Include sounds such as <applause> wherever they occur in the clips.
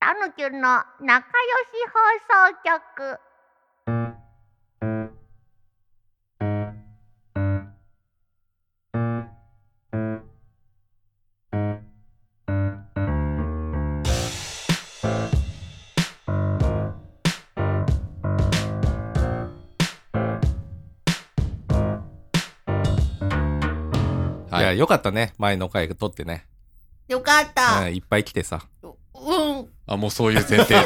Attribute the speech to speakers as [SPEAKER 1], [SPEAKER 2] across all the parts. [SPEAKER 1] タヌキュンの仲良し放送局。
[SPEAKER 2] はいい
[SPEAKER 3] や、よかったね。前の回撮ってね。
[SPEAKER 1] よかった
[SPEAKER 3] う。ん、いっぱい来てさ。
[SPEAKER 1] うん。
[SPEAKER 2] あ、もうそういう前提だ。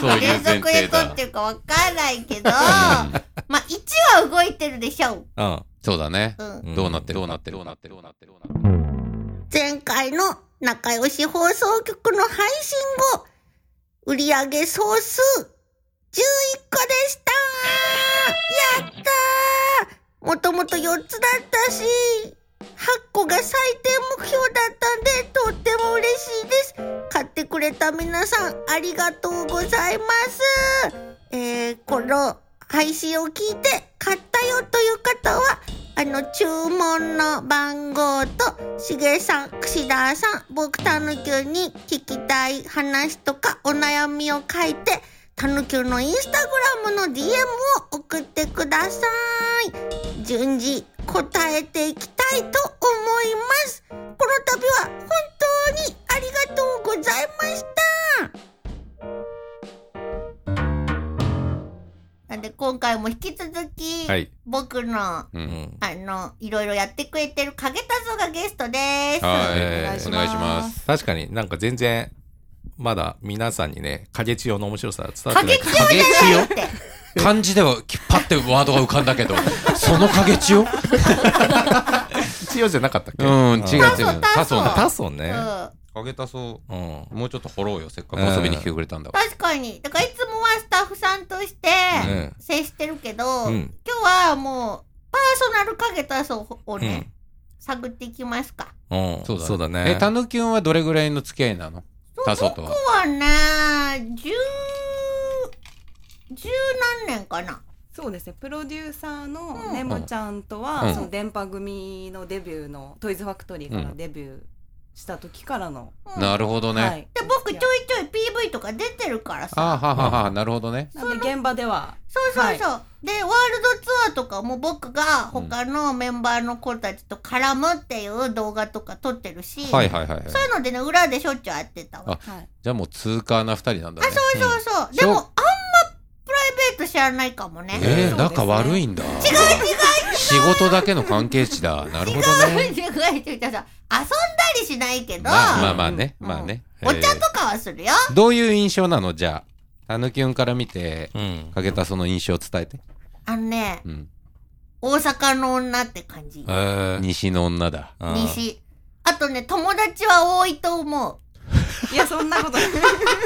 [SPEAKER 2] そうい
[SPEAKER 1] 連
[SPEAKER 2] う前
[SPEAKER 1] 続で
[SPEAKER 2] 提
[SPEAKER 1] 撮
[SPEAKER 2] だ
[SPEAKER 1] っ。てるかわかんないけど、ま
[SPEAKER 2] うん
[SPEAKER 1] あ1は動いてるでしょ
[SPEAKER 3] うん。
[SPEAKER 2] そうだね。
[SPEAKER 1] う。うん。
[SPEAKER 3] ん
[SPEAKER 2] どうなってるどうなってるどうなってるどうなってる
[SPEAKER 1] 前回の仲良し放送局の配信後、売り上げ総数11個でしたやったーもともと4つだったし、8個が最低目標だったんで、とっても嬉しいです。買ってくれた皆さん、ありがとうございます。えー、この配信を聞いて、買ったよという方は、あの、注文の番号と、しげさん、串田さん、僕たぬきゅうに聞きたい話とかお悩みを書いて、たぬきゅうのインスタグラムの DM を送ってください。順次、答えていきたいと思います。この度は本当にありがとうございました。なんで今回も引き続き、
[SPEAKER 3] はい。
[SPEAKER 1] 僕の
[SPEAKER 2] う。
[SPEAKER 3] うんん。
[SPEAKER 1] あの、いろいろやってくれてる影田蔵がゲストです。
[SPEAKER 2] はいい。お願いします。
[SPEAKER 3] 確かになんか全然、まだ皆さんにね、影千代の面白さが伝わっ
[SPEAKER 1] 影
[SPEAKER 3] てない
[SPEAKER 1] 千
[SPEAKER 3] か
[SPEAKER 1] 代じゃないって。
[SPEAKER 2] 漢字ではきパってワードが浮かんだけど、その影千代
[SPEAKER 3] ら。千代じゃなかったっけ
[SPEAKER 2] うん、違う違
[SPEAKER 1] 多
[SPEAKER 2] う。多
[SPEAKER 1] 層
[SPEAKER 2] 層
[SPEAKER 1] 多
[SPEAKER 2] な。
[SPEAKER 3] タソン
[SPEAKER 1] う
[SPEAKER 3] ね。
[SPEAKER 1] ん。
[SPEAKER 2] 影多層、
[SPEAKER 3] うん。
[SPEAKER 2] もうちょっと掘ろうよ。せっかく遊びに来てくれたんだか
[SPEAKER 1] 確かに。だからいつもはスタッフさんとして
[SPEAKER 3] うん
[SPEAKER 1] 接してるけど、
[SPEAKER 3] うん
[SPEAKER 1] 今日はもう、パーソナル影田蔵を
[SPEAKER 3] う
[SPEAKER 1] ね
[SPEAKER 3] ん、。
[SPEAKER 1] 探っていきますか。
[SPEAKER 3] うん。
[SPEAKER 2] ら。
[SPEAKER 3] そうだね
[SPEAKER 2] え、。たぬきゅんはどれぐらいの付き合いなの多層とは。
[SPEAKER 1] 今日はね、十、十何年かな。
[SPEAKER 4] そうですねプロデューサー
[SPEAKER 1] うん
[SPEAKER 4] のねまちゃんとは、
[SPEAKER 2] うん
[SPEAKER 4] その電波組のデビューのトイズファクトリーからデビューした時からの、
[SPEAKER 1] うん
[SPEAKER 2] なるほど
[SPEAKER 4] は
[SPEAKER 2] ね。
[SPEAKER 4] い
[SPEAKER 1] で、僕ちょいちょい PV とか出てるから
[SPEAKER 2] あ
[SPEAKER 1] さ。
[SPEAKER 2] ははは、なるほどね。
[SPEAKER 4] なんで現場では
[SPEAKER 1] そうそうそう。で、ワールドツアーとかも僕が他のメンバーの子たちと絡むっていう動画とか撮ってるし、
[SPEAKER 2] はいはいはいはい。
[SPEAKER 1] そういうのでね、裏でしょっちゅう会ってたわ。
[SPEAKER 2] あ
[SPEAKER 4] はい
[SPEAKER 2] じゃあもう通過な二人なんだね。あ、
[SPEAKER 1] そうそうそう。でも、あんまプライベート知らないかもね。 <laughs>
[SPEAKER 4] う
[SPEAKER 2] え
[SPEAKER 4] そ
[SPEAKER 2] ー、
[SPEAKER 4] う
[SPEAKER 2] 仲悪いんだ。違う違う仕事だけの関係値だ。なるほど
[SPEAKER 1] 違う
[SPEAKER 2] ね。
[SPEAKER 1] 違う違う違う。遊んだりしないけど、
[SPEAKER 2] まあまあまあね。
[SPEAKER 1] うん
[SPEAKER 2] まあね。
[SPEAKER 1] お茶
[SPEAKER 2] え
[SPEAKER 1] とかはするよ。
[SPEAKER 2] ーどういう印象なのじゃあ。たぬきゅんから見て、
[SPEAKER 3] うん。
[SPEAKER 2] かけたその印象を伝えて。
[SPEAKER 1] あのね、
[SPEAKER 2] うん。
[SPEAKER 1] 大阪の女って感じ。
[SPEAKER 3] えー
[SPEAKER 2] 西の女だ。
[SPEAKER 3] うん
[SPEAKER 1] 西。あとね、友達は多いと思う。
[SPEAKER 4] いやそんなことない <laughs>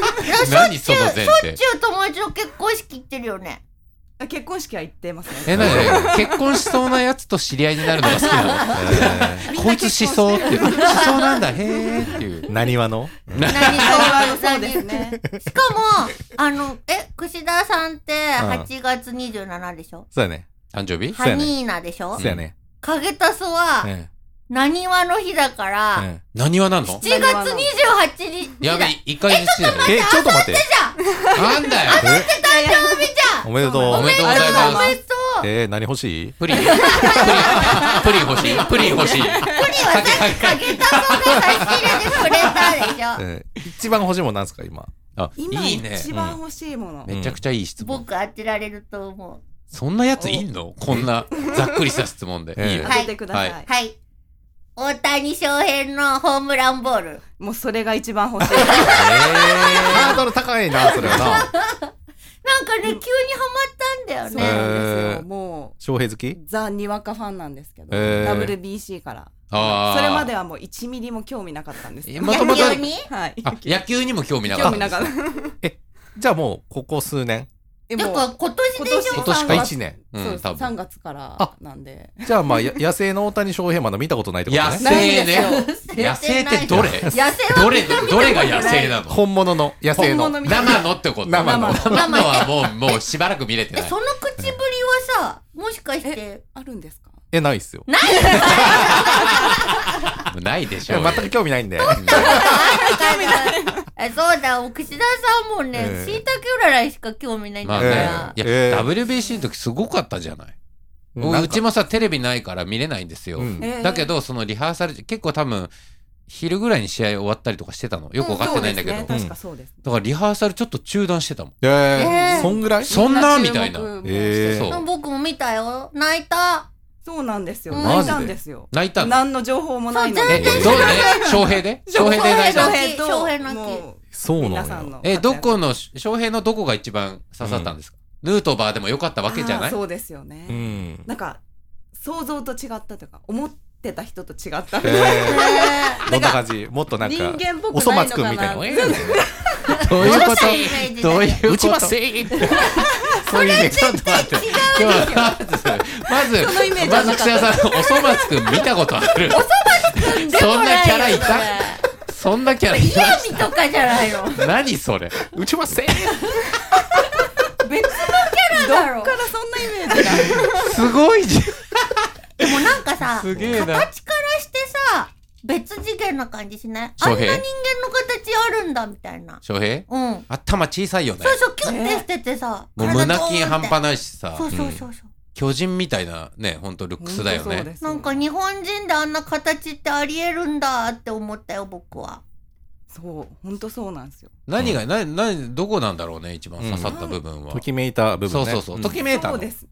[SPEAKER 2] 何その前提。
[SPEAKER 1] 中友達の結婚式行ってるよ
[SPEAKER 2] <laughs>
[SPEAKER 1] ね。
[SPEAKER 4] あ結婚式は行ってます
[SPEAKER 2] え、
[SPEAKER 4] ね
[SPEAKER 2] なになに結婚しそうなやつと知り合いになるのが好きなの <laughs>
[SPEAKER 4] みん
[SPEAKER 2] こ
[SPEAKER 4] ない
[SPEAKER 2] つしそうって。しそうなんだ、へーっていう。
[SPEAKER 3] なにわの
[SPEAKER 1] 何
[SPEAKER 4] そう
[SPEAKER 1] そ
[SPEAKER 4] そうう
[SPEAKER 1] で
[SPEAKER 4] ですす
[SPEAKER 1] ね。
[SPEAKER 4] ね
[SPEAKER 1] しかも、あの、え、串田さんって
[SPEAKER 3] ん
[SPEAKER 1] 8月27でしょ、
[SPEAKER 3] そうやね。
[SPEAKER 2] 誕生日
[SPEAKER 3] そう
[SPEAKER 1] ハ
[SPEAKER 3] やね
[SPEAKER 1] ニーナでしょ
[SPEAKER 3] そうやね。
[SPEAKER 1] 影たそ
[SPEAKER 3] うん
[SPEAKER 1] は、。なにわの日だから、
[SPEAKER 3] うん
[SPEAKER 2] 何はなの
[SPEAKER 1] 7月28日
[SPEAKER 2] やべ
[SPEAKER 1] だ。、
[SPEAKER 2] 一回にしてる。
[SPEAKER 3] え、ちょっと待って。
[SPEAKER 2] なんだよ。
[SPEAKER 3] え
[SPEAKER 1] 誕生日じゃん
[SPEAKER 3] おめでとう。
[SPEAKER 2] おめでとうござい
[SPEAKER 1] お
[SPEAKER 2] ま
[SPEAKER 1] めで
[SPEAKER 2] す。
[SPEAKER 1] とう
[SPEAKER 3] えー、何欲しい
[SPEAKER 2] プリン。プリンプリン欲しいプリン欲し
[SPEAKER 1] プリ
[SPEAKER 2] い。
[SPEAKER 1] ンはさっき影たそが差し入れてくれたでしょ
[SPEAKER 3] うん一番欲しいもんなんすか、今。
[SPEAKER 2] あ、
[SPEAKER 4] 今
[SPEAKER 2] いいね。
[SPEAKER 4] 一番欲しいもの、
[SPEAKER 2] めちゃくちゃいい質問。
[SPEAKER 1] 僕当てられると思
[SPEAKER 2] そんなやついんのこんなざっくりした質問で。
[SPEAKER 3] ええ
[SPEAKER 2] いいよ
[SPEAKER 4] 当。
[SPEAKER 1] はい
[SPEAKER 4] ててください、
[SPEAKER 2] は
[SPEAKER 1] う。はい。大谷翔平のホームランボール。
[SPEAKER 4] もうそれが一番欲しい
[SPEAKER 3] えー、ハードル高いな、それはな。
[SPEAKER 1] なんかね、急にハマったん
[SPEAKER 4] そ
[SPEAKER 1] だ
[SPEAKER 4] う
[SPEAKER 1] よね。
[SPEAKER 4] なんです
[SPEAKER 3] えー
[SPEAKER 4] よも
[SPEAKER 3] 翔平好き
[SPEAKER 4] うザ・にわかファンなんですけど、
[SPEAKER 3] えー
[SPEAKER 4] WBC から
[SPEAKER 2] あー
[SPEAKER 4] それまではもう1ミリも興味なかったんですけど
[SPEAKER 2] もとも
[SPEAKER 1] 野
[SPEAKER 2] と
[SPEAKER 1] 球に
[SPEAKER 4] はい
[SPEAKER 2] あ、
[SPEAKER 4] <laughs>
[SPEAKER 2] 野球にも興味なか
[SPEAKER 4] 興
[SPEAKER 2] った
[SPEAKER 4] 味
[SPEAKER 2] ん
[SPEAKER 4] な
[SPEAKER 2] で
[SPEAKER 4] か
[SPEAKER 2] す
[SPEAKER 4] っ
[SPEAKER 2] ね。
[SPEAKER 4] た
[SPEAKER 3] じゃあもう、ここ数年。
[SPEAKER 4] で
[SPEAKER 1] だ
[SPEAKER 4] も
[SPEAKER 1] から今年でしょ
[SPEAKER 4] 今
[SPEAKER 2] 年
[SPEAKER 3] あ、
[SPEAKER 4] 三月
[SPEAKER 3] 1年。
[SPEAKER 2] うん
[SPEAKER 4] そうです
[SPEAKER 2] 多分
[SPEAKER 4] 3月から
[SPEAKER 3] あ
[SPEAKER 4] なんで
[SPEAKER 3] じゃあまあ、や <laughs> 野生の大谷翔平まだ見たことないってこと
[SPEAKER 2] 野
[SPEAKER 3] ね。
[SPEAKER 2] 生ね。
[SPEAKER 1] 野
[SPEAKER 2] 野
[SPEAKER 1] 生っ
[SPEAKER 2] 生ってて
[SPEAKER 1] ど
[SPEAKER 2] ど
[SPEAKER 1] れ
[SPEAKER 2] れ
[SPEAKER 1] 野生は
[SPEAKER 2] どれ、どれが野生なの
[SPEAKER 3] 本物の、野生の。
[SPEAKER 4] 本物みたいな
[SPEAKER 2] 生のってこと
[SPEAKER 3] 生
[SPEAKER 4] の
[SPEAKER 2] 生のはもう、もうしばらく見れて
[SPEAKER 1] え
[SPEAKER 2] ない
[SPEAKER 1] そ。の口ぶりはさもしかして
[SPEAKER 4] あるんですか
[SPEAKER 3] え、ないっすよ。
[SPEAKER 1] ない
[SPEAKER 2] ないでしょうよ。
[SPEAKER 3] 全く興味ないんで。
[SPEAKER 2] <laughs>
[SPEAKER 1] えそうだ、奥志田さんもね、
[SPEAKER 3] ええ
[SPEAKER 1] しいたけ占いしか興味ないんだ
[SPEAKER 2] まあ
[SPEAKER 1] か
[SPEAKER 2] ね
[SPEAKER 1] ら。
[SPEAKER 2] いや、
[SPEAKER 3] えー
[SPEAKER 2] WBC の時すごかったじゃない。
[SPEAKER 3] なん
[SPEAKER 2] う
[SPEAKER 3] か
[SPEAKER 2] ちもさ、テレビないから見れないんですよ。
[SPEAKER 3] うん
[SPEAKER 4] えー
[SPEAKER 2] だけど、そのリハーサル、結構多分、昼ぐらいに試合終わったりとかしてたの。よくわかってないんだけど。
[SPEAKER 4] そうですね確かそうですね。
[SPEAKER 2] だからリハーサルちょっと中断してたもん。
[SPEAKER 3] え
[SPEAKER 1] えー
[SPEAKER 3] ーそんぐらい
[SPEAKER 2] そんなみたいな。
[SPEAKER 4] 注目も
[SPEAKER 3] えー
[SPEAKER 2] そう
[SPEAKER 1] 僕も見たよ。泣い
[SPEAKER 2] <laughs>
[SPEAKER 1] た。
[SPEAKER 4] そうなんですよ。
[SPEAKER 1] うん
[SPEAKER 4] 泣いたんですよ。
[SPEAKER 2] 泣いたの
[SPEAKER 4] 何の情報もないの
[SPEAKER 1] そう
[SPEAKER 2] え、
[SPEAKER 4] で。
[SPEAKER 2] どうね翔平
[SPEAKER 4] <laughs>
[SPEAKER 2] で翔平で泣いた
[SPEAKER 1] 翔
[SPEAKER 2] の
[SPEAKER 1] 平泣き翔平泣き
[SPEAKER 4] も
[SPEAKER 3] そうう
[SPEAKER 4] 皆
[SPEAKER 3] な
[SPEAKER 4] さ
[SPEAKER 3] のよ。
[SPEAKER 4] んの活
[SPEAKER 2] え、
[SPEAKER 4] 躍。
[SPEAKER 2] どこの、翔平のどこが一番刺さったんですか、ヌートバーでもよかったわけじゃな
[SPEAKER 4] あー
[SPEAKER 2] い
[SPEAKER 4] そうですよ
[SPEAKER 3] う
[SPEAKER 4] ね。
[SPEAKER 3] ん。
[SPEAKER 4] なんか、想像と違ったというか、思ってた人と違った。
[SPEAKER 3] え
[SPEAKER 1] え
[SPEAKER 3] ー
[SPEAKER 1] ー
[SPEAKER 3] <laughs> どんな感じもっとなんか、
[SPEAKER 4] 人間っぽくないのかな
[SPEAKER 3] おそ松くんみたいな。 <laughs>
[SPEAKER 4] う
[SPEAKER 2] どう
[SPEAKER 1] 女
[SPEAKER 2] いうこ
[SPEAKER 1] 子のイメージ
[SPEAKER 2] と
[SPEAKER 1] だ
[SPEAKER 2] ど
[SPEAKER 1] よ
[SPEAKER 2] ういうこと
[SPEAKER 3] 打ちま <laughs>
[SPEAKER 2] せそういうね、ちょっと待って。でもまず、ま
[SPEAKER 4] そのイメー
[SPEAKER 2] ず、
[SPEAKER 4] ジ
[SPEAKER 2] まず
[SPEAKER 4] はなかった
[SPEAKER 2] 串田さんのおそ松くん見たことある。そんなキャラいたそんなキャラい
[SPEAKER 1] 嫌
[SPEAKER 2] た
[SPEAKER 1] 味とかじゃないよ。
[SPEAKER 2] 何それ
[SPEAKER 3] 打ちません
[SPEAKER 1] 別のキャラだろ。
[SPEAKER 4] からそんなイメージが。
[SPEAKER 2] すごいじ
[SPEAKER 1] でもなんかさ
[SPEAKER 2] ゃん。、すげえな。
[SPEAKER 1] 形からしてさ、別次元な感じしないあん
[SPEAKER 2] 翔
[SPEAKER 1] な人
[SPEAKER 2] 平
[SPEAKER 1] 間の形あるんだみたいな。
[SPEAKER 2] 翔平
[SPEAKER 1] うん。
[SPEAKER 2] 頭小さいよね
[SPEAKER 1] そう。そう、キュッてしててさ。
[SPEAKER 2] もう
[SPEAKER 1] 体ド
[SPEAKER 2] 胸
[SPEAKER 1] ーンって
[SPEAKER 2] 筋半端ないしさ
[SPEAKER 1] そ、うそうそうそう。
[SPEAKER 2] 巨人みたいなね、ほんとルックスだよ
[SPEAKER 4] 本当そう
[SPEAKER 2] ね
[SPEAKER 4] で。
[SPEAKER 1] <laughs>
[SPEAKER 4] す
[SPEAKER 1] なんか日本人であんな形ってありえるんだって思ったよ、僕は。
[SPEAKER 4] そう、本当そうなんですよ。
[SPEAKER 2] 何が、な、な、どこなんだろうね、一番刺さった部分は。
[SPEAKER 3] ときめいた部分ね。
[SPEAKER 2] そうそうそう。
[SPEAKER 3] ん
[SPEAKER 2] ときめいた
[SPEAKER 4] そう
[SPEAKER 2] の。
[SPEAKER 4] です。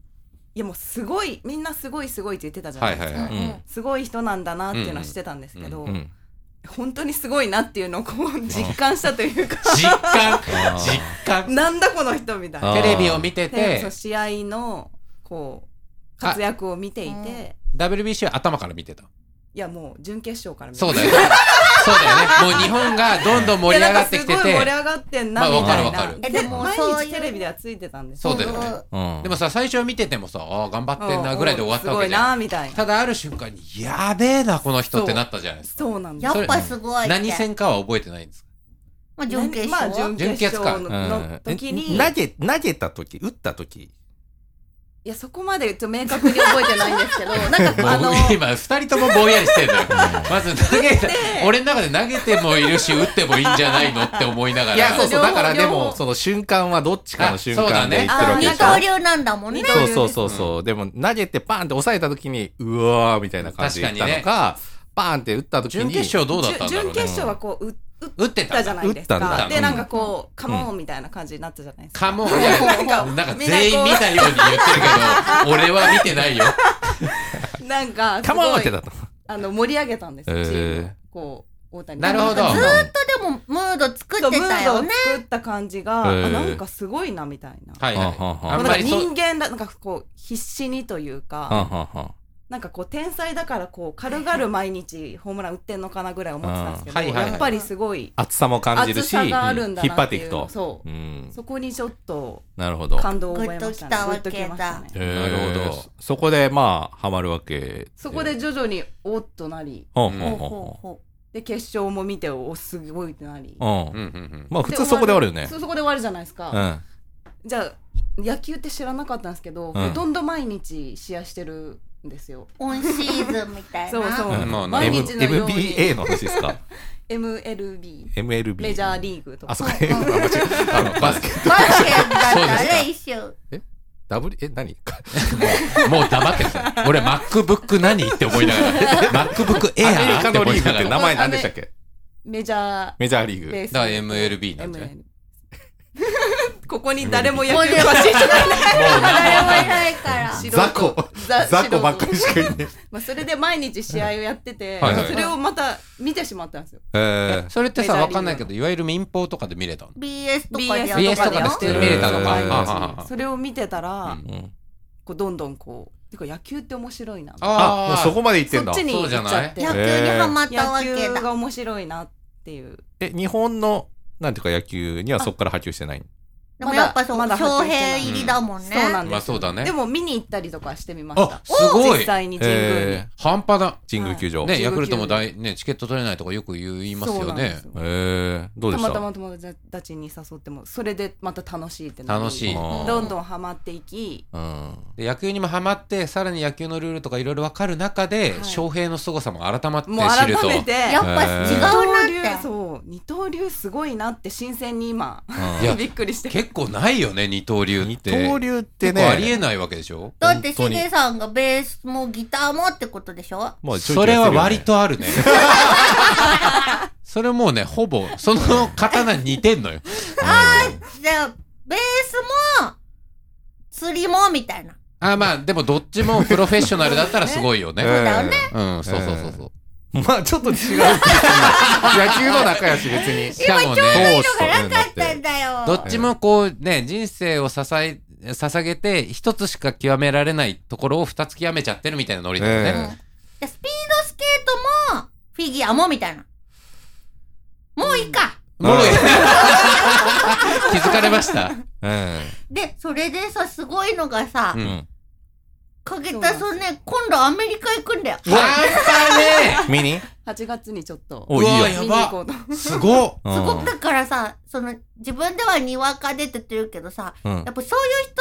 [SPEAKER 4] いやもうすごい、みんなすごいすごいって言ってたじゃな
[SPEAKER 2] はいい
[SPEAKER 4] です
[SPEAKER 2] は
[SPEAKER 4] か。
[SPEAKER 2] いはい。
[SPEAKER 3] ん
[SPEAKER 4] すごい人なんだなっていうのはしてたんですけど、
[SPEAKER 3] うん。
[SPEAKER 4] 本当にすごいなっていうのをこう実感したというか、
[SPEAKER 2] 実感
[SPEAKER 3] あー
[SPEAKER 2] 実感
[SPEAKER 4] <laughs> なんだこの人みたい
[SPEAKER 3] あ
[SPEAKER 4] な。
[SPEAKER 3] ー
[SPEAKER 2] テレビを見て
[SPEAKER 4] でそ
[SPEAKER 2] て
[SPEAKER 4] う、試合のこう活躍を見てい
[SPEAKER 1] あうん
[SPEAKER 4] て、
[SPEAKER 2] WBC は頭から見てた。
[SPEAKER 4] いやもう準決勝から見て
[SPEAKER 2] そうだよね。 <laughs> そうだよね。もう日本がどんどん盛り上がってきて
[SPEAKER 4] いやなんかすごい盛り
[SPEAKER 2] て。
[SPEAKER 4] 上がってん
[SPEAKER 2] ま
[SPEAKER 4] な
[SPEAKER 2] あ
[SPEAKER 4] みたい
[SPEAKER 2] わ
[SPEAKER 4] な。
[SPEAKER 2] かるわかる
[SPEAKER 4] えでも毎日テレビではついてたんです
[SPEAKER 2] そうだよね。
[SPEAKER 3] うん。
[SPEAKER 2] でもさ、最初見ててもさ、ああ、頑張ってんなぐらいで終わったわけじ
[SPEAKER 4] すごい
[SPEAKER 2] ゃ
[SPEAKER 4] なみたい
[SPEAKER 2] ん。
[SPEAKER 4] な。
[SPEAKER 2] ただある瞬間に、やべえな、この人ってなったじゃないですか。
[SPEAKER 4] そうなんです
[SPEAKER 1] やっぱすごいって。
[SPEAKER 2] 何戦かは覚えてないんですか
[SPEAKER 1] まあ、準決
[SPEAKER 4] まあ
[SPEAKER 1] 勝。
[SPEAKER 4] 準決勝のの時に、
[SPEAKER 3] うん投げ、投げた時打った時
[SPEAKER 4] いや、そこまでちょっと明確に覚えてないん
[SPEAKER 2] <laughs>
[SPEAKER 4] ですけど、なんか、あ
[SPEAKER 2] も
[SPEAKER 4] の
[SPEAKER 2] う、今、二人ともぼんやりしてるのよ。まず投げ
[SPEAKER 4] <laughs>
[SPEAKER 2] て、俺の中で投げてもいるし、打ってもいいんじゃないのって思いながら。
[SPEAKER 3] いや、そうそう。だから
[SPEAKER 4] 両
[SPEAKER 3] で
[SPEAKER 4] 方
[SPEAKER 3] も、その瞬間はどっちかの瞬間で言ってるわけ
[SPEAKER 1] 二
[SPEAKER 3] でしょ
[SPEAKER 1] 刀流なんだもんね
[SPEAKER 4] 二。
[SPEAKER 3] そ
[SPEAKER 4] 刀
[SPEAKER 3] う
[SPEAKER 4] 流
[SPEAKER 3] そうそうそう。でも、投げてパーンって抑えた時に、うわーみたいな感じで言ったの
[SPEAKER 2] 確
[SPEAKER 3] か、パーンって打った時に。
[SPEAKER 2] 準決勝どうだったんだろう
[SPEAKER 4] 準
[SPEAKER 2] ね
[SPEAKER 4] 決。勝はこう、う打っ
[SPEAKER 2] 打って
[SPEAKER 4] た
[SPEAKER 2] た
[SPEAKER 4] じゃないですか。
[SPEAKER 3] 打ったんだ
[SPEAKER 4] で、なんかこう、カモンみたいな感じになったじゃないですか。
[SPEAKER 2] かも、いや
[SPEAKER 4] <laughs> なんか
[SPEAKER 2] なんか全員見たように言ってるけど、俺は見てないよ。
[SPEAKER 4] なんか、す
[SPEAKER 3] カモン
[SPEAKER 4] ご
[SPEAKER 3] って
[SPEAKER 4] い
[SPEAKER 3] だった。
[SPEAKER 4] あの、盛り上げたんですよ、
[SPEAKER 3] へー
[SPEAKER 4] チームをこう、大谷
[SPEAKER 2] なるほど
[SPEAKER 1] ずーっとでもムード作
[SPEAKER 4] そう
[SPEAKER 1] って
[SPEAKER 4] ム
[SPEAKER 1] た
[SPEAKER 4] ードを
[SPEAKER 1] よ
[SPEAKER 4] 作
[SPEAKER 1] ね。
[SPEAKER 4] った感じが、
[SPEAKER 3] へー
[SPEAKER 4] あなんかすごいな、みたいな。
[SPEAKER 2] はい
[SPEAKER 3] は
[SPEAKER 2] はいい。
[SPEAKER 3] はい
[SPEAKER 2] あん
[SPEAKER 4] なん
[SPEAKER 2] ま
[SPEAKER 4] か
[SPEAKER 2] りそう
[SPEAKER 4] 人。間だ、なんかこう、必死にというか、
[SPEAKER 3] は
[SPEAKER 4] なんかこう、天才だから、こう、軽々毎日ホームラン打ってんのかなぐらい思ってたんですけど、
[SPEAKER 2] うんはいはいはい
[SPEAKER 4] やっぱりすごい、
[SPEAKER 3] 熱さも感じる
[SPEAKER 4] 熱
[SPEAKER 3] し、
[SPEAKER 4] さがあるんだ
[SPEAKER 3] 引っ張
[SPEAKER 4] な
[SPEAKER 3] っ
[SPEAKER 4] って
[SPEAKER 3] ていく
[SPEAKER 4] いう
[SPEAKER 3] と。
[SPEAKER 4] そう
[SPEAKER 3] う。ん。
[SPEAKER 4] そこにちょっと
[SPEAKER 3] なるほど。
[SPEAKER 4] 感動を覚えましたね。
[SPEAKER 1] グッときたわけだ
[SPEAKER 4] グッときましたね
[SPEAKER 3] へー
[SPEAKER 2] なるほど。
[SPEAKER 3] そこで、まあ、ハマるわけ。
[SPEAKER 4] そこで、徐々におっとなり、
[SPEAKER 3] ほうほ
[SPEAKER 1] ほ
[SPEAKER 3] う
[SPEAKER 1] うほ
[SPEAKER 3] ほ
[SPEAKER 1] うほ
[SPEAKER 4] で決勝も見ておすごいってなり。
[SPEAKER 3] うほう。
[SPEAKER 2] う
[SPEAKER 3] うんん。
[SPEAKER 2] うんうん
[SPEAKER 3] まあ、普通そこで終わるよね。
[SPEAKER 4] そうそこで終わるじゃないです
[SPEAKER 3] う
[SPEAKER 4] か。
[SPEAKER 3] ん。
[SPEAKER 4] じゃあ野球って知らなかったんですけ
[SPEAKER 3] う
[SPEAKER 4] ど、
[SPEAKER 3] ん
[SPEAKER 4] ほとんど毎日試合してるんですよ。
[SPEAKER 1] う。オンシーズンみたいな。
[SPEAKER 4] <laughs> そうそうう。
[SPEAKER 2] んまあ
[SPEAKER 4] 毎
[SPEAKER 3] M-
[SPEAKER 4] 日のように
[SPEAKER 3] MBA の話ですか
[SPEAKER 4] MLB
[SPEAKER 3] ?MLB。
[SPEAKER 4] メジャーリーグと
[SPEAKER 3] あ、
[SPEAKER 4] か。
[SPEAKER 3] そこで、あ間違えたあの、バスケット。
[SPEAKER 1] バスケだった
[SPEAKER 2] そう
[SPEAKER 1] ね、一瞬。
[SPEAKER 3] W、え、
[SPEAKER 4] <laughs>
[SPEAKER 3] 何
[SPEAKER 2] もう黙ってください。俺、MacBook 何って思いなが
[SPEAKER 3] <laughs>
[SPEAKER 2] ら。MacBook
[SPEAKER 3] ア
[SPEAKER 2] Air
[SPEAKER 3] メリカ
[SPEAKER 2] って
[SPEAKER 3] の
[SPEAKER 2] 思
[SPEAKER 3] リ
[SPEAKER 2] い
[SPEAKER 3] ーグ
[SPEAKER 2] な
[SPEAKER 3] っ
[SPEAKER 2] が
[SPEAKER 3] て
[SPEAKER 2] ら。
[SPEAKER 3] 名前何でしたっけ
[SPEAKER 4] メジャー
[SPEAKER 3] メジャーリー
[SPEAKER 4] ベ
[SPEAKER 3] グ。
[SPEAKER 4] ース。
[SPEAKER 2] だから MLB なんじゃない
[SPEAKER 4] ML <laughs> ここに誰も野
[SPEAKER 1] もう
[SPEAKER 4] 球
[SPEAKER 1] でも
[SPEAKER 4] 詳しい人がいない。
[SPEAKER 1] 誰もいないから。
[SPEAKER 4] 素人
[SPEAKER 3] ザコ。
[SPEAKER 4] ザ
[SPEAKER 3] ザコばっかりしかい
[SPEAKER 4] <laughs>
[SPEAKER 3] ね
[SPEAKER 4] まあ、それで毎日試合をやってて、
[SPEAKER 2] はいはい
[SPEAKER 4] それをまた見てしまったんですよ。
[SPEAKER 3] え。
[SPEAKER 2] え
[SPEAKER 3] え
[SPEAKER 2] それってさ、
[SPEAKER 4] メ
[SPEAKER 2] わ
[SPEAKER 4] ジャーリーグ
[SPEAKER 2] かんないけど、いわゆる民放とかで見れたの
[SPEAKER 1] BS とか
[SPEAKER 4] BS
[SPEAKER 1] で
[SPEAKER 4] とか
[SPEAKER 2] とか
[SPEAKER 4] で
[SPEAKER 2] で
[SPEAKER 4] や
[SPEAKER 2] 普
[SPEAKER 4] って
[SPEAKER 2] 通に
[SPEAKER 4] る
[SPEAKER 2] 見れたのか。
[SPEAKER 3] へー
[SPEAKER 2] ああああ
[SPEAKER 4] それを見てたら、
[SPEAKER 2] うん
[SPEAKER 3] うん
[SPEAKER 4] こうどんどんこう、てか野球って面白いな。
[SPEAKER 3] あ、もうそこまで行って
[SPEAKER 4] そ
[SPEAKER 3] んだ
[SPEAKER 4] っ。ちに行っちゃって
[SPEAKER 1] 野。球にハマったわ
[SPEAKER 4] 野
[SPEAKER 1] け
[SPEAKER 4] 球
[SPEAKER 1] だ。
[SPEAKER 4] が面白いなっていう。
[SPEAKER 3] え、日本の、なんていうか野球にはそこから波及してない
[SPEAKER 1] でもやっぱそう、
[SPEAKER 4] まだまだ
[SPEAKER 1] 翔
[SPEAKER 4] 発表してな
[SPEAKER 1] 平
[SPEAKER 4] い
[SPEAKER 1] 入りだもんね。
[SPEAKER 4] そうなん
[SPEAKER 2] ま
[SPEAKER 4] で
[SPEAKER 2] あ
[SPEAKER 4] す、
[SPEAKER 2] そうだね
[SPEAKER 4] でも見に行ったりとかしてみました
[SPEAKER 2] あすごい
[SPEAKER 4] 実際に神宮に、
[SPEAKER 3] えー
[SPEAKER 2] 半端だ
[SPEAKER 3] 神宮球場。
[SPEAKER 2] ね
[SPEAKER 4] 19
[SPEAKER 2] ヤクルトも大ねチケット取れないとかよく言います
[SPEAKER 4] そう
[SPEAKER 2] よ
[SPEAKER 4] なんで
[SPEAKER 2] ね
[SPEAKER 4] す
[SPEAKER 3] えー、どうで
[SPEAKER 4] た
[SPEAKER 3] した
[SPEAKER 4] またま友達に誘ってもそれでまた楽しいってなり
[SPEAKER 2] 楽しい
[SPEAKER 3] あー
[SPEAKER 4] どんどんハマっていき
[SPEAKER 3] うん。
[SPEAKER 2] で野球にもハマってさらに野球のルールとかいろいろ分かる中で、
[SPEAKER 4] はい
[SPEAKER 2] 翔平の凄さも改まって
[SPEAKER 4] もう改
[SPEAKER 2] 知ると
[SPEAKER 4] めて
[SPEAKER 1] やっぱ違
[SPEAKER 4] 二
[SPEAKER 1] う
[SPEAKER 4] 刀
[SPEAKER 1] なっ
[SPEAKER 4] 流
[SPEAKER 1] て。
[SPEAKER 4] そう二刀流すごいなって新鮮に今
[SPEAKER 2] いや
[SPEAKER 4] びっくりして
[SPEAKER 2] 結構ないよね二刀流っ
[SPEAKER 3] 二
[SPEAKER 2] て
[SPEAKER 3] 刀流って
[SPEAKER 2] 結
[SPEAKER 3] ね、
[SPEAKER 2] 構ありえないわけでしょ
[SPEAKER 1] だって
[SPEAKER 3] 本当
[SPEAKER 1] し
[SPEAKER 3] に
[SPEAKER 1] げさんがベースもギターもってことでしょ
[SPEAKER 3] まあちょいちょ
[SPEAKER 2] そ
[SPEAKER 3] い
[SPEAKER 2] れ
[SPEAKER 3] やって
[SPEAKER 2] は
[SPEAKER 3] るよね
[SPEAKER 2] 割とあるねそれもうねほぼその刀に似てんのよ
[SPEAKER 1] じゃあ、ベースも、釣りもみたいな。
[SPEAKER 2] あまあでもどっちもプロフェッショナルだったらすごいよね
[SPEAKER 3] えー
[SPEAKER 1] だよね
[SPEAKER 2] うんそうそうそうそう
[SPEAKER 3] まあちょっと違う。野球の仲良し別に。
[SPEAKER 4] <laughs>
[SPEAKER 2] しかも
[SPEAKER 1] そ
[SPEAKER 2] ね
[SPEAKER 1] ういう
[SPEAKER 3] どうし
[SPEAKER 1] の
[SPEAKER 3] た
[SPEAKER 1] がなかったんだよ。
[SPEAKER 2] どっちもこうね、人生を支え、捧げて、一つしか極められないところを二つ極めちゃってるみたいなノリだよね。
[SPEAKER 1] でスピードスケートも、フィギュアもみたいな。もういいか。
[SPEAKER 2] もろい。 <laughs> 気づかれました。
[SPEAKER 3] え
[SPEAKER 1] で、それでさ、すごいのがさ
[SPEAKER 2] う、。
[SPEAKER 3] えうんん。
[SPEAKER 1] かけたそね、今度アメリカ行くんだよ。
[SPEAKER 2] 半端ね
[SPEAKER 3] 見に
[SPEAKER 4] 8月にちょっと
[SPEAKER 3] お
[SPEAKER 2] う
[SPEAKER 3] いい
[SPEAKER 2] わ
[SPEAKER 3] や
[SPEAKER 2] や
[SPEAKER 4] 見に行こ
[SPEAKER 2] ば
[SPEAKER 4] うと
[SPEAKER 2] えすごっ
[SPEAKER 1] すごくだからさ、その、自分ではにわかでって言ってるけどさ、
[SPEAKER 3] うんうん
[SPEAKER 1] やっぱそういう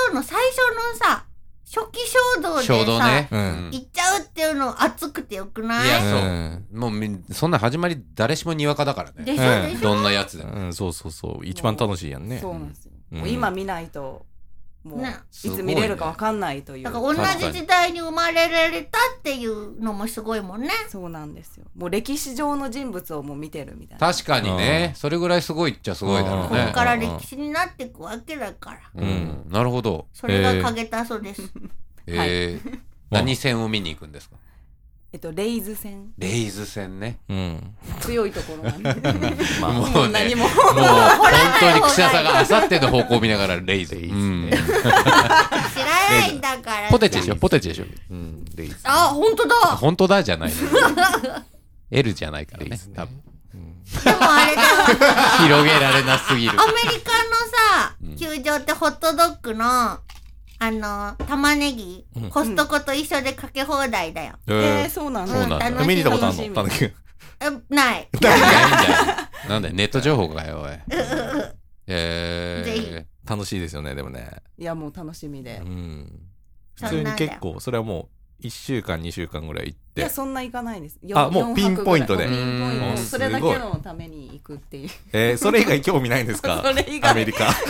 [SPEAKER 1] 人の最初のさ、初期衝動でさ、
[SPEAKER 2] 衝動ね。
[SPEAKER 3] うん
[SPEAKER 1] 行っちゃうっていうの熱くてよくない
[SPEAKER 2] いや、そう
[SPEAKER 3] うん。
[SPEAKER 2] もうみ、そんな始まり誰しもにわかだから
[SPEAKER 1] で
[SPEAKER 2] ね。
[SPEAKER 1] しょ
[SPEAKER 3] ええ
[SPEAKER 1] でしょ
[SPEAKER 2] どんなやつでも。
[SPEAKER 3] うん、そうそうそう。一番楽しいやんね。
[SPEAKER 4] そうなんですよ、
[SPEAKER 3] うん
[SPEAKER 4] もう今見ないともう
[SPEAKER 1] ね
[SPEAKER 4] いつ見れるかわかんないという、
[SPEAKER 1] だから同じ時代に生まれられたっていうのもすごいもんね。
[SPEAKER 4] そうなんですよもう歴史上の人物をもう見てるみたいな
[SPEAKER 2] 確かにね、それぐらいすごいっちゃすごいだろう
[SPEAKER 1] ここ
[SPEAKER 2] ね。
[SPEAKER 1] から歴史になっていくわけだから。
[SPEAKER 2] う
[SPEAKER 3] うん
[SPEAKER 2] ん。なるほど。
[SPEAKER 1] それが影田そうです。
[SPEAKER 2] え <laughs> ー何戦を見に行くんですか
[SPEAKER 4] えっとレイズ戦
[SPEAKER 2] レイズ
[SPEAKER 1] <laughs>
[SPEAKER 2] 戦ね。
[SPEAKER 3] うん。
[SPEAKER 4] 強いところなんで
[SPEAKER 3] まあ
[SPEAKER 4] <laughs> もう何も
[SPEAKER 2] もう本当に串田さんがあさっての方向を見ながらレイズ。うん
[SPEAKER 1] 知らないんだから。
[SPEAKER 2] ポテチでしょポテチでしょ
[SPEAKER 3] うん。レイズ。
[SPEAKER 1] あ、ほんとだ
[SPEAKER 2] あ本当だじゃないの。
[SPEAKER 1] <laughs>
[SPEAKER 2] L じゃないからね。多分
[SPEAKER 1] でもあれだわ。
[SPEAKER 2] 広げられなすぎる。
[SPEAKER 1] アメリカのさ、球場ってホットドッグの、あの、玉ねぎ、コストコと一緒でかけ放題だよ。
[SPEAKER 4] えー、
[SPEAKER 3] え
[SPEAKER 4] そうなん
[SPEAKER 2] そう
[SPEAKER 4] だ、
[SPEAKER 2] なんだ
[SPEAKER 1] 楽し
[SPEAKER 3] え。
[SPEAKER 1] い
[SPEAKER 3] 見に行ったことあん
[SPEAKER 4] 楽し
[SPEAKER 3] のたぬ
[SPEAKER 4] み
[SPEAKER 3] き君。
[SPEAKER 1] えない。
[SPEAKER 2] ないんだよなんだよ、ネット情報かよ、お
[SPEAKER 1] <laughs>
[SPEAKER 2] い。え
[SPEAKER 3] 楽しいですよね、でもね。
[SPEAKER 4] いやもう楽しみで、
[SPEAKER 3] う
[SPEAKER 4] い
[SPEAKER 3] ん。
[SPEAKER 1] そ
[SPEAKER 3] 普
[SPEAKER 1] ん
[SPEAKER 3] 通
[SPEAKER 1] なん
[SPEAKER 3] に
[SPEAKER 1] だよ
[SPEAKER 3] 結構、それはもう、1週間、2週間ぐらい行って
[SPEAKER 4] や。そんな行かないです
[SPEAKER 3] あもう
[SPEAKER 4] 四
[SPEAKER 3] ピンポイントで
[SPEAKER 4] 四泊ぐらいピンポイン
[SPEAKER 2] うん
[SPEAKER 4] トそれだけのために行くっていう
[SPEAKER 3] えー、それ以外興味ないんですか
[SPEAKER 4] <laughs> それ以外
[SPEAKER 3] アメリカ。
[SPEAKER 1] だ <laughs> か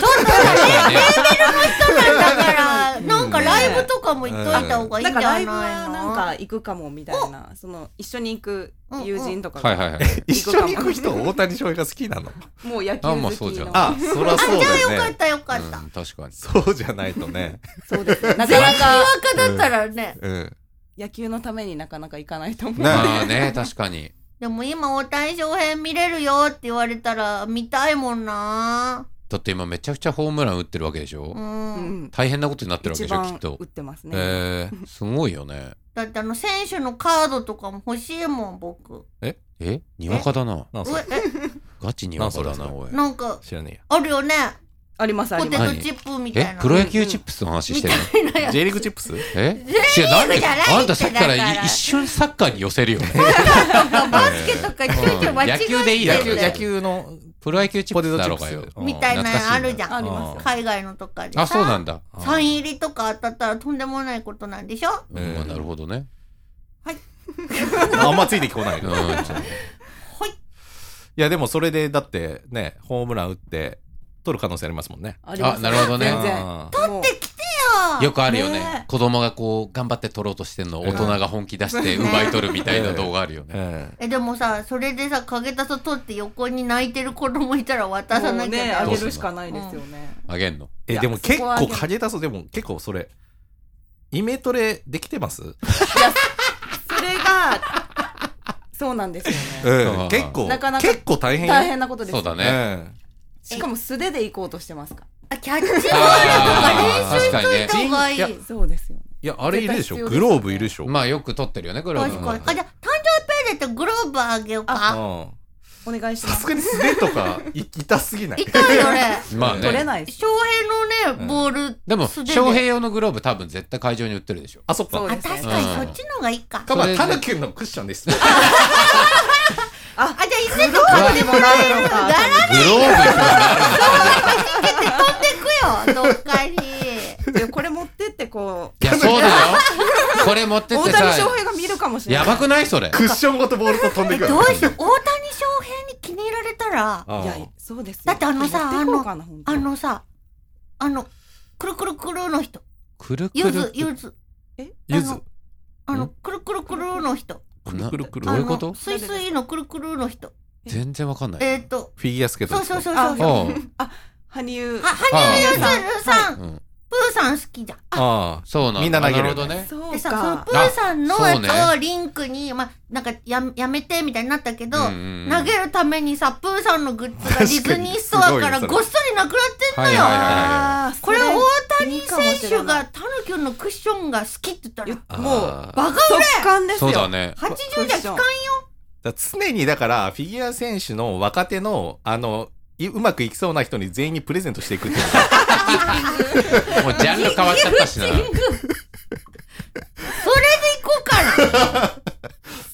[SPEAKER 1] ら、なんかライブとかも行っといた方がいい
[SPEAKER 4] なん
[SPEAKER 1] ん
[SPEAKER 4] か
[SPEAKER 1] じゃ
[SPEAKER 4] ラ
[SPEAKER 1] ない
[SPEAKER 4] イブ
[SPEAKER 1] の
[SPEAKER 4] はなんか行くかもみたいなその一緒に行く友人とか
[SPEAKER 2] ー、はいは
[SPEAKER 1] <laughs>
[SPEAKER 2] い
[SPEAKER 4] が
[SPEAKER 2] はい。
[SPEAKER 3] <laughs> 一緒に行く人、 <laughs> 大谷翔平が好きなの。
[SPEAKER 4] もう野球
[SPEAKER 2] あまあそ
[SPEAKER 4] 好
[SPEAKER 2] う
[SPEAKER 4] き
[SPEAKER 2] じゃん
[SPEAKER 4] の
[SPEAKER 3] あ、そらそうだよ
[SPEAKER 1] よか
[SPEAKER 3] ね
[SPEAKER 1] っ。たよかった。
[SPEAKER 2] うん確かに。
[SPEAKER 3] そうじゃないとね。
[SPEAKER 4] そうですねなかなか
[SPEAKER 1] 赤だったらね。
[SPEAKER 3] うん。
[SPEAKER 4] 野球のためになかなか行かないと思う
[SPEAKER 3] な
[SPEAKER 2] まあね、確かに。
[SPEAKER 1] でも今大谷翔平見れるよって言われたら見たいもんな
[SPEAKER 2] だって今めちゃくちゃホームラン打ってるわけでし
[SPEAKER 1] う。
[SPEAKER 2] ょ
[SPEAKER 4] うんん
[SPEAKER 2] 大変なことになってるわけ
[SPEAKER 4] 一
[SPEAKER 2] でしょき
[SPEAKER 4] 番
[SPEAKER 2] っと
[SPEAKER 4] 打。ってますね
[SPEAKER 2] えー、すごいよね。
[SPEAKER 1] だってあの選手のカードとかも欲しいもん、僕。
[SPEAKER 2] えにわかだな。
[SPEAKER 3] なん
[SPEAKER 1] う
[SPEAKER 3] それ
[SPEAKER 1] え、
[SPEAKER 2] ガチにわかだ
[SPEAKER 3] なんそ
[SPEAKER 2] な、
[SPEAKER 3] れ
[SPEAKER 2] おい
[SPEAKER 1] え。なんか、
[SPEAKER 3] 知らね
[SPEAKER 1] あるよね。
[SPEAKER 4] ありますあ
[SPEAKER 1] ポ
[SPEAKER 4] り
[SPEAKER 1] テ
[SPEAKER 4] ます
[SPEAKER 1] トチップみたいな。
[SPEAKER 2] えプロ野球チップスの話してるの
[SPEAKER 1] みた
[SPEAKER 3] え
[SPEAKER 1] い
[SPEAKER 3] <laughs> や。
[SPEAKER 1] な
[SPEAKER 3] J リーグチップス
[SPEAKER 2] え
[SPEAKER 1] 全
[SPEAKER 2] 違う、なん
[SPEAKER 1] 部
[SPEAKER 2] で
[SPEAKER 1] じゃない
[SPEAKER 2] あんたさっきから
[SPEAKER 1] だから
[SPEAKER 2] い一瞬サッカーに寄せるよね。
[SPEAKER 1] バスケとかちょいちょい間違え
[SPEAKER 2] 野球でいいだ
[SPEAKER 1] だよ。
[SPEAKER 2] ろ野球のプロ野球チップスだろうがよ。
[SPEAKER 1] みたいなのあるじゃん。
[SPEAKER 4] 懐かしいなあります
[SPEAKER 1] 海外のとかでさ。
[SPEAKER 2] あ、そうなんだ。
[SPEAKER 1] サイン入りとか当たったらとんでもないことなんでしょ
[SPEAKER 2] うんまあなるほどね。
[SPEAKER 3] あんまついてきこないけ
[SPEAKER 2] う
[SPEAKER 3] ど
[SPEAKER 2] ん
[SPEAKER 3] い
[SPEAKER 1] ほい。
[SPEAKER 3] やでもそれでだってねホームラン打って取る可能性ありますもんね
[SPEAKER 4] あります
[SPEAKER 2] あなるほどね
[SPEAKER 4] 全然
[SPEAKER 3] あ
[SPEAKER 4] もう
[SPEAKER 2] よくあるよね
[SPEAKER 4] ね。
[SPEAKER 2] 子供がこう、頑張って取ろうとしてんのを大人が本気出して
[SPEAKER 1] うん
[SPEAKER 2] 奪い取るみたいな動画あるよ
[SPEAKER 3] ー
[SPEAKER 2] ね。
[SPEAKER 3] え
[SPEAKER 1] え、でもさ、それでさ、影たさ取って横に泣いてる子供いたら渡さ
[SPEAKER 4] も
[SPEAKER 1] な
[SPEAKER 4] う
[SPEAKER 1] き
[SPEAKER 4] ね
[SPEAKER 1] ゃ
[SPEAKER 4] あ
[SPEAKER 1] だ
[SPEAKER 4] げ
[SPEAKER 1] よ。
[SPEAKER 4] るしかないですよね
[SPEAKER 2] あげんの。
[SPEAKER 3] え
[SPEAKER 4] い
[SPEAKER 3] え
[SPEAKER 4] や
[SPEAKER 3] でも結
[SPEAKER 4] そこはあ
[SPEAKER 3] 構
[SPEAKER 4] げ
[SPEAKER 3] 影出すでも結構それイメトレできてます、
[SPEAKER 4] それがそうなんですよね
[SPEAKER 3] うん結構
[SPEAKER 4] なかなか
[SPEAKER 3] 結構大変よ
[SPEAKER 4] 大変なことです
[SPEAKER 2] そうだ
[SPEAKER 3] え
[SPEAKER 2] ね。
[SPEAKER 4] しかも素手で行こうとしてますか
[SPEAKER 1] あ、キャッチボールと
[SPEAKER 2] あ
[SPEAKER 1] か練習
[SPEAKER 2] ー確かに
[SPEAKER 1] し
[SPEAKER 2] ね
[SPEAKER 1] た方がいい。
[SPEAKER 3] いや
[SPEAKER 1] 確
[SPEAKER 4] <laughs> そうですよね
[SPEAKER 3] えいやあれいるでしょ
[SPEAKER 4] 絶対必要です
[SPEAKER 3] グローブいるでしょ、
[SPEAKER 2] まあよく取ってるよね、グローブ
[SPEAKER 1] かに。あ、じゃあ、誕生日プレゼントグローブあげようか。
[SPEAKER 3] うん
[SPEAKER 4] お願いし
[SPEAKER 3] さ
[SPEAKER 4] ま
[SPEAKER 3] す
[SPEAKER 4] す
[SPEAKER 3] がに素手とかい痛すぎない
[SPEAKER 1] 痛いよね。
[SPEAKER 2] まあ
[SPEAKER 4] 取れ
[SPEAKER 2] ね。
[SPEAKER 4] ないです
[SPEAKER 1] 翔平のね、ボール、
[SPEAKER 2] でも、
[SPEAKER 1] 素
[SPEAKER 2] 翔
[SPEAKER 1] 手
[SPEAKER 2] 平用のグローブ多分絶対会場に売ってるでしょ。
[SPEAKER 3] あそっ
[SPEAKER 4] そう
[SPEAKER 3] か
[SPEAKER 1] あ、
[SPEAKER 4] ですね
[SPEAKER 1] 確かに
[SPEAKER 2] うん
[SPEAKER 1] そっちの方がいいか。
[SPEAKER 3] かま
[SPEAKER 2] それで
[SPEAKER 3] あたぬきんのクッションです
[SPEAKER 1] あ、じゃあ一斉に買ってもらえるのか。なら
[SPEAKER 2] グロー
[SPEAKER 1] 行けて飛んでくよ、どっかに。
[SPEAKER 4] でこれ持ってってこ
[SPEAKER 2] ブいや、そうだよ。これ持って
[SPEAKER 4] う
[SPEAKER 2] っ
[SPEAKER 4] 大
[SPEAKER 2] て
[SPEAKER 4] 谷翔
[SPEAKER 2] さ、
[SPEAKER 4] 平が見るかもしれない
[SPEAKER 2] やばくないそれ。
[SPEAKER 3] クッションごとボールと飛んで
[SPEAKER 1] え
[SPEAKER 3] いく
[SPEAKER 1] どうして大谷翔平に気に入られたら、
[SPEAKER 3] あ
[SPEAKER 4] いや
[SPEAKER 3] ー
[SPEAKER 4] そうですよ
[SPEAKER 1] だってあのさ
[SPEAKER 4] 持ってこうかな本当
[SPEAKER 1] あのさ、あの、くるくるくるの人、
[SPEAKER 2] くるく
[SPEAKER 1] ゆ
[SPEAKER 2] る。
[SPEAKER 1] ず、ゆず、
[SPEAKER 3] ゆ
[SPEAKER 1] あ
[SPEAKER 3] ず
[SPEAKER 1] のあの、
[SPEAKER 2] ん
[SPEAKER 1] くるくるくるの人、
[SPEAKER 2] くるくるくる。
[SPEAKER 1] あ
[SPEAKER 2] どういうこ
[SPEAKER 1] の、
[SPEAKER 2] と
[SPEAKER 1] すいすいのくるくるの人、
[SPEAKER 2] 全然わかんない。
[SPEAKER 1] えっと、
[SPEAKER 3] フィギュアスケート
[SPEAKER 1] そう
[SPEAKER 3] です
[SPEAKER 1] そ
[SPEAKER 3] か
[SPEAKER 1] うそうそうそう。
[SPEAKER 2] おう
[SPEAKER 1] あ、羽生結
[SPEAKER 4] 羽生
[SPEAKER 1] 弦さん、
[SPEAKER 2] うん。
[SPEAKER 1] プーさん好きじゃん。あ、
[SPEAKER 3] あ
[SPEAKER 2] そうなんだ
[SPEAKER 3] みんな投げ
[SPEAKER 2] な
[SPEAKER 3] る
[SPEAKER 2] るほどね。
[SPEAKER 4] そ
[SPEAKER 1] で
[SPEAKER 4] う
[SPEAKER 1] さ、その
[SPEAKER 4] か
[SPEAKER 1] プーさんの
[SPEAKER 2] あそうね
[SPEAKER 1] やつをリンクに、まあ、なんかや、やめてみたいになったけど、
[SPEAKER 2] うんうんうん
[SPEAKER 1] 投げるためにさ、プーさんのグッズがディズニーストアから
[SPEAKER 3] 確かにすご
[SPEAKER 1] ご
[SPEAKER 3] いよそれ
[SPEAKER 1] っそりなくなってんのよ。
[SPEAKER 2] はいはいはい
[SPEAKER 4] あー
[SPEAKER 1] これ
[SPEAKER 4] そ
[SPEAKER 1] 大
[SPEAKER 4] い
[SPEAKER 1] 谷
[SPEAKER 4] いかもし
[SPEAKER 1] 選
[SPEAKER 4] れ
[SPEAKER 1] 手
[SPEAKER 4] な
[SPEAKER 1] が
[SPEAKER 4] い
[SPEAKER 1] タヌキのクッションが好きって言ったら、
[SPEAKER 3] あ
[SPEAKER 4] もう
[SPEAKER 3] あー
[SPEAKER 1] バカ売
[SPEAKER 4] 速乾ですよ
[SPEAKER 2] そうだね。
[SPEAKER 1] れ !80 じゃ効かんよ
[SPEAKER 3] だから常にだからフィギュア選手の若手のあのいうまくいきそうな人に全員にプレゼントしていくっていうのが
[SPEAKER 2] もうジャンル変わっちゃったしな。
[SPEAKER 1] それで行こうか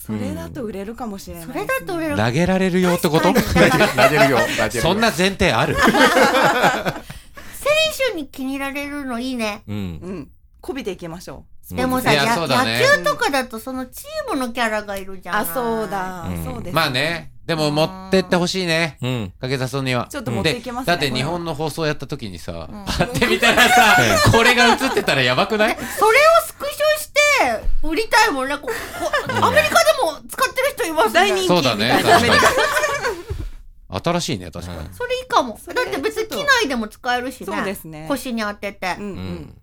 [SPEAKER 4] それだと売れるかもしれない
[SPEAKER 1] な
[SPEAKER 2] <laughs>
[SPEAKER 1] そ
[SPEAKER 4] ですね
[SPEAKER 1] れだと俺ら、
[SPEAKER 2] 投げられるよってこと
[SPEAKER 1] 確かにだから
[SPEAKER 3] 投げるよ投げるよ
[SPEAKER 2] <laughs> そんな前提ある
[SPEAKER 1] 選手に気に入られるのいいね。
[SPEAKER 3] うん
[SPEAKER 4] うん媚びていきましょう
[SPEAKER 1] でもさ、
[SPEAKER 2] いや
[SPEAKER 1] や
[SPEAKER 2] そうだね
[SPEAKER 1] 野球とかだとそのチームのキャラがいるじゃん。
[SPEAKER 4] あそう。だ
[SPEAKER 3] うん
[SPEAKER 4] そうです
[SPEAKER 2] まあね。でも持ってってほしいね。
[SPEAKER 3] うん
[SPEAKER 2] かけさそには。
[SPEAKER 4] ちょっと持っていけますね
[SPEAKER 2] でだって日本の放送やった時にさ、パって見たらさ、これが映ってたらやばく
[SPEAKER 1] <laughs>
[SPEAKER 2] ない
[SPEAKER 1] それをスクショして売りたいもんね。
[SPEAKER 2] <laughs>
[SPEAKER 1] ここアメリカでも使ってる人いますね。
[SPEAKER 4] 大人気
[SPEAKER 2] そうだね。
[SPEAKER 4] みたいな
[SPEAKER 2] 確かに。新しいね、確かに。
[SPEAKER 1] それいいかも。
[SPEAKER 4] そ
[SPEAKER 1] だ
[SPEAKER 4] れ
[SPEAKER 1] って別に機内でも使えるしね。
[SPEAKER 4] そうですね
[SPEAKER 1] 腰に当てて。
[SPEAKER 4] うんう
[SPEAKER 3] うんん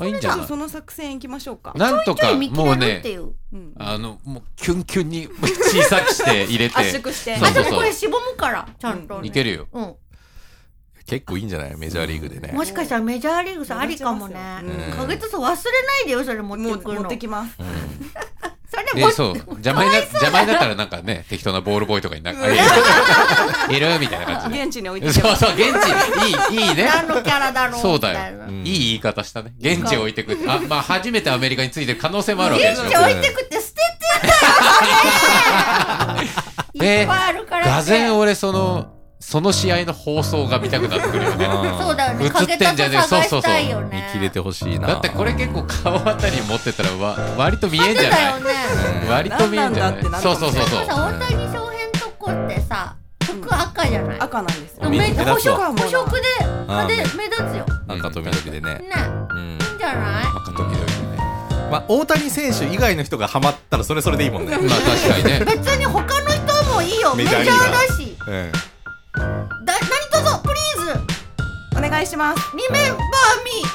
[SPEAKER 2] あ、いいんじ
[SPEAKER 4] ちょ
[SPEAKER 2] ゃ
[SPEAKER 4] っ
[SPEAKER 2] な
[SPEAKER 4] と
[SPEAKER 2] い
[SPEAKER 4] その作戦いきましょうか
[SPEAKER 2] なんと
[SPEAKER 1] ちょ
[SPEAKER 2] か、
[SPEAKER 1] い見切
[SPEAKER 2] もう
[SPEAKER 1] れるって
[SPEAKER 2] ね、
[SPEAKER 1] いう。
[SPEAKER 4] うん
[SPEAKER 2] あの、もうキュンキュンに <laughs> 小さくして入
[SPEAKER 4] <laughs>
[SPEAKER 2] れ
[SPEAKER 4] 圧
[SPEAKER 2] て、
[SPEAKER 4] 縮して
[SPEAKER 2] そ
[SPEAKER 1] あ、
[SPEAKER 2] うそ
[SPEAKER 1] で
[SPEAKER 2] う
[SPEAKER 1] もこれしぼむから、ちゃんと、
[SPEAKER 4] う
[SPEAKER 1] ね。
[SPEAKER 2] いける
[SPEAKER 1] <laughs>
[SPEAKER 2] よ。
[SPEAKER 1] うん。
[SPEAKER 3] 結構いいんじゃないメジャーリーグでね
[SPEAKER 1] もしかしたらメジャーリーグさんありかもね。
[SPEAKER 4] 目立ちますようん
[SPEAKER 1] かげつさん忘れないでよ、それ持
[SPEAKER 4] も
[SPEAKER 1] って
[SPEAKER 4] う
[SPEAKER 1] くる
[SPEAKER 4] 持
[SPEAKER 1] の。
[SPEAKER 4] ってきます
[SPEAKER 1] それ
[SPEAKER 2] え
[SPEAKER 1] 持っ
[SPEAKER 2] そう。邪魔にな、邪魔になったらなんかね、適当なボールボーイとかになんか、いるみたいな感じで。
[SPEAKER 4] 現地に置いてき
[SPEAKER 2] そう
[SPEAKER 4] ます
[SPEAKER 2] そう、現地、いい、いいね。
[SPEAKER 1] 何のキャラだろう。
[SPEAKER 2] そうだ
[SPEAKER 1] みたい
[SPEAKER 2] よ
[SPEAKER 1] な。
[SPEAKER 2] いい言い方したね。現地置いてくあ、まあ、初めてアメリカについてる可能性もあるわけでし
[SPEAKER 1] 現地
[SPEAKER 2] ょ。
[SPEAKER 1] 置いてくって捨ててたよ、それい
[SPEAKER 2] え
[SPEAKER 1] っぱいあるからね。
[SPEAKER 2] がぜん俺、その、その試合の放送が見たくなってくるよね。
[SPEAKER 1] そうだよ
[SPEAKER 2] 映
[SPEAKER 1] ね。
[SPEAKER 2] ってん
[SPEAKER 1] かげつさん
[SPEAKER 2] じゃねえ
[SPEAKER 1] 探したいよ
[SPEAKER 3] 見
[SPEAKER 1] ね。
[SPEAKER 3] 切れてほしいな
[SPEAKER 2] だってこれ結構顔あたり持ってたら、わ、割と見えんじゃ
[SPEAKER 1] だよ
[SPEAKER 2] ない
[SPEAKER 1] ね。
[SPEAKER 2] 割と見えんじゃな
[SPEAKER 4] なんなんだってないる
[SPEAKER 2] そ
[SPEAKER 4] か
[SPEAKER 2] う
[SPEAKER 4] も
[SPEAKER 2] そうそうそ
[SPEAKER 1] そうう。さ、大谷翔平のとこってさ、服赤じゃない。
[SPEAKER 4] 赤なんです
[SPEAKER 1] でも
[SPEAKER 4] よ
[SPEAKER 1] め
[SPEAKER 3] 目立つ
[SPEAKER 1] 補
[SPEAKER 3] わ
[SPEAKER 1] 色補色で派で
[SPEAKER 3] あ
[SPEAKER 1] 目立つよ。
[SPEAKER 3] 赤と緑でね
[SPEAKER 1] ね、
[SPEAKER 3] うん
[SPEAKER 1] いいんじゃない？
[SPEAKER 2] 赤と緑でね。
[SPEAKER 3] まあ大谷選手以外の人がハマったらそれそれでいいもん
[SPEAKER 2] ま
[SPEAKER 3] ね
[SPEAKER 2] あ、確かにね。
[SPEAKER 1] 別に他の人もいいよ。メ
[SPEAKER 3] メ
[SPEAKER 1] ジ
[SPEAKER 3] ジ
[SPEAKER 1] ャー
[SPEAKER 3] ャーリーガー
[SPEAKER 1] だし。
[SPEAKER 3] うん
[SPEAKER 1] だ何とぞプリーズ
[SPEAKER 4] お願いします
[SPEAKER 1] リメンバーミー。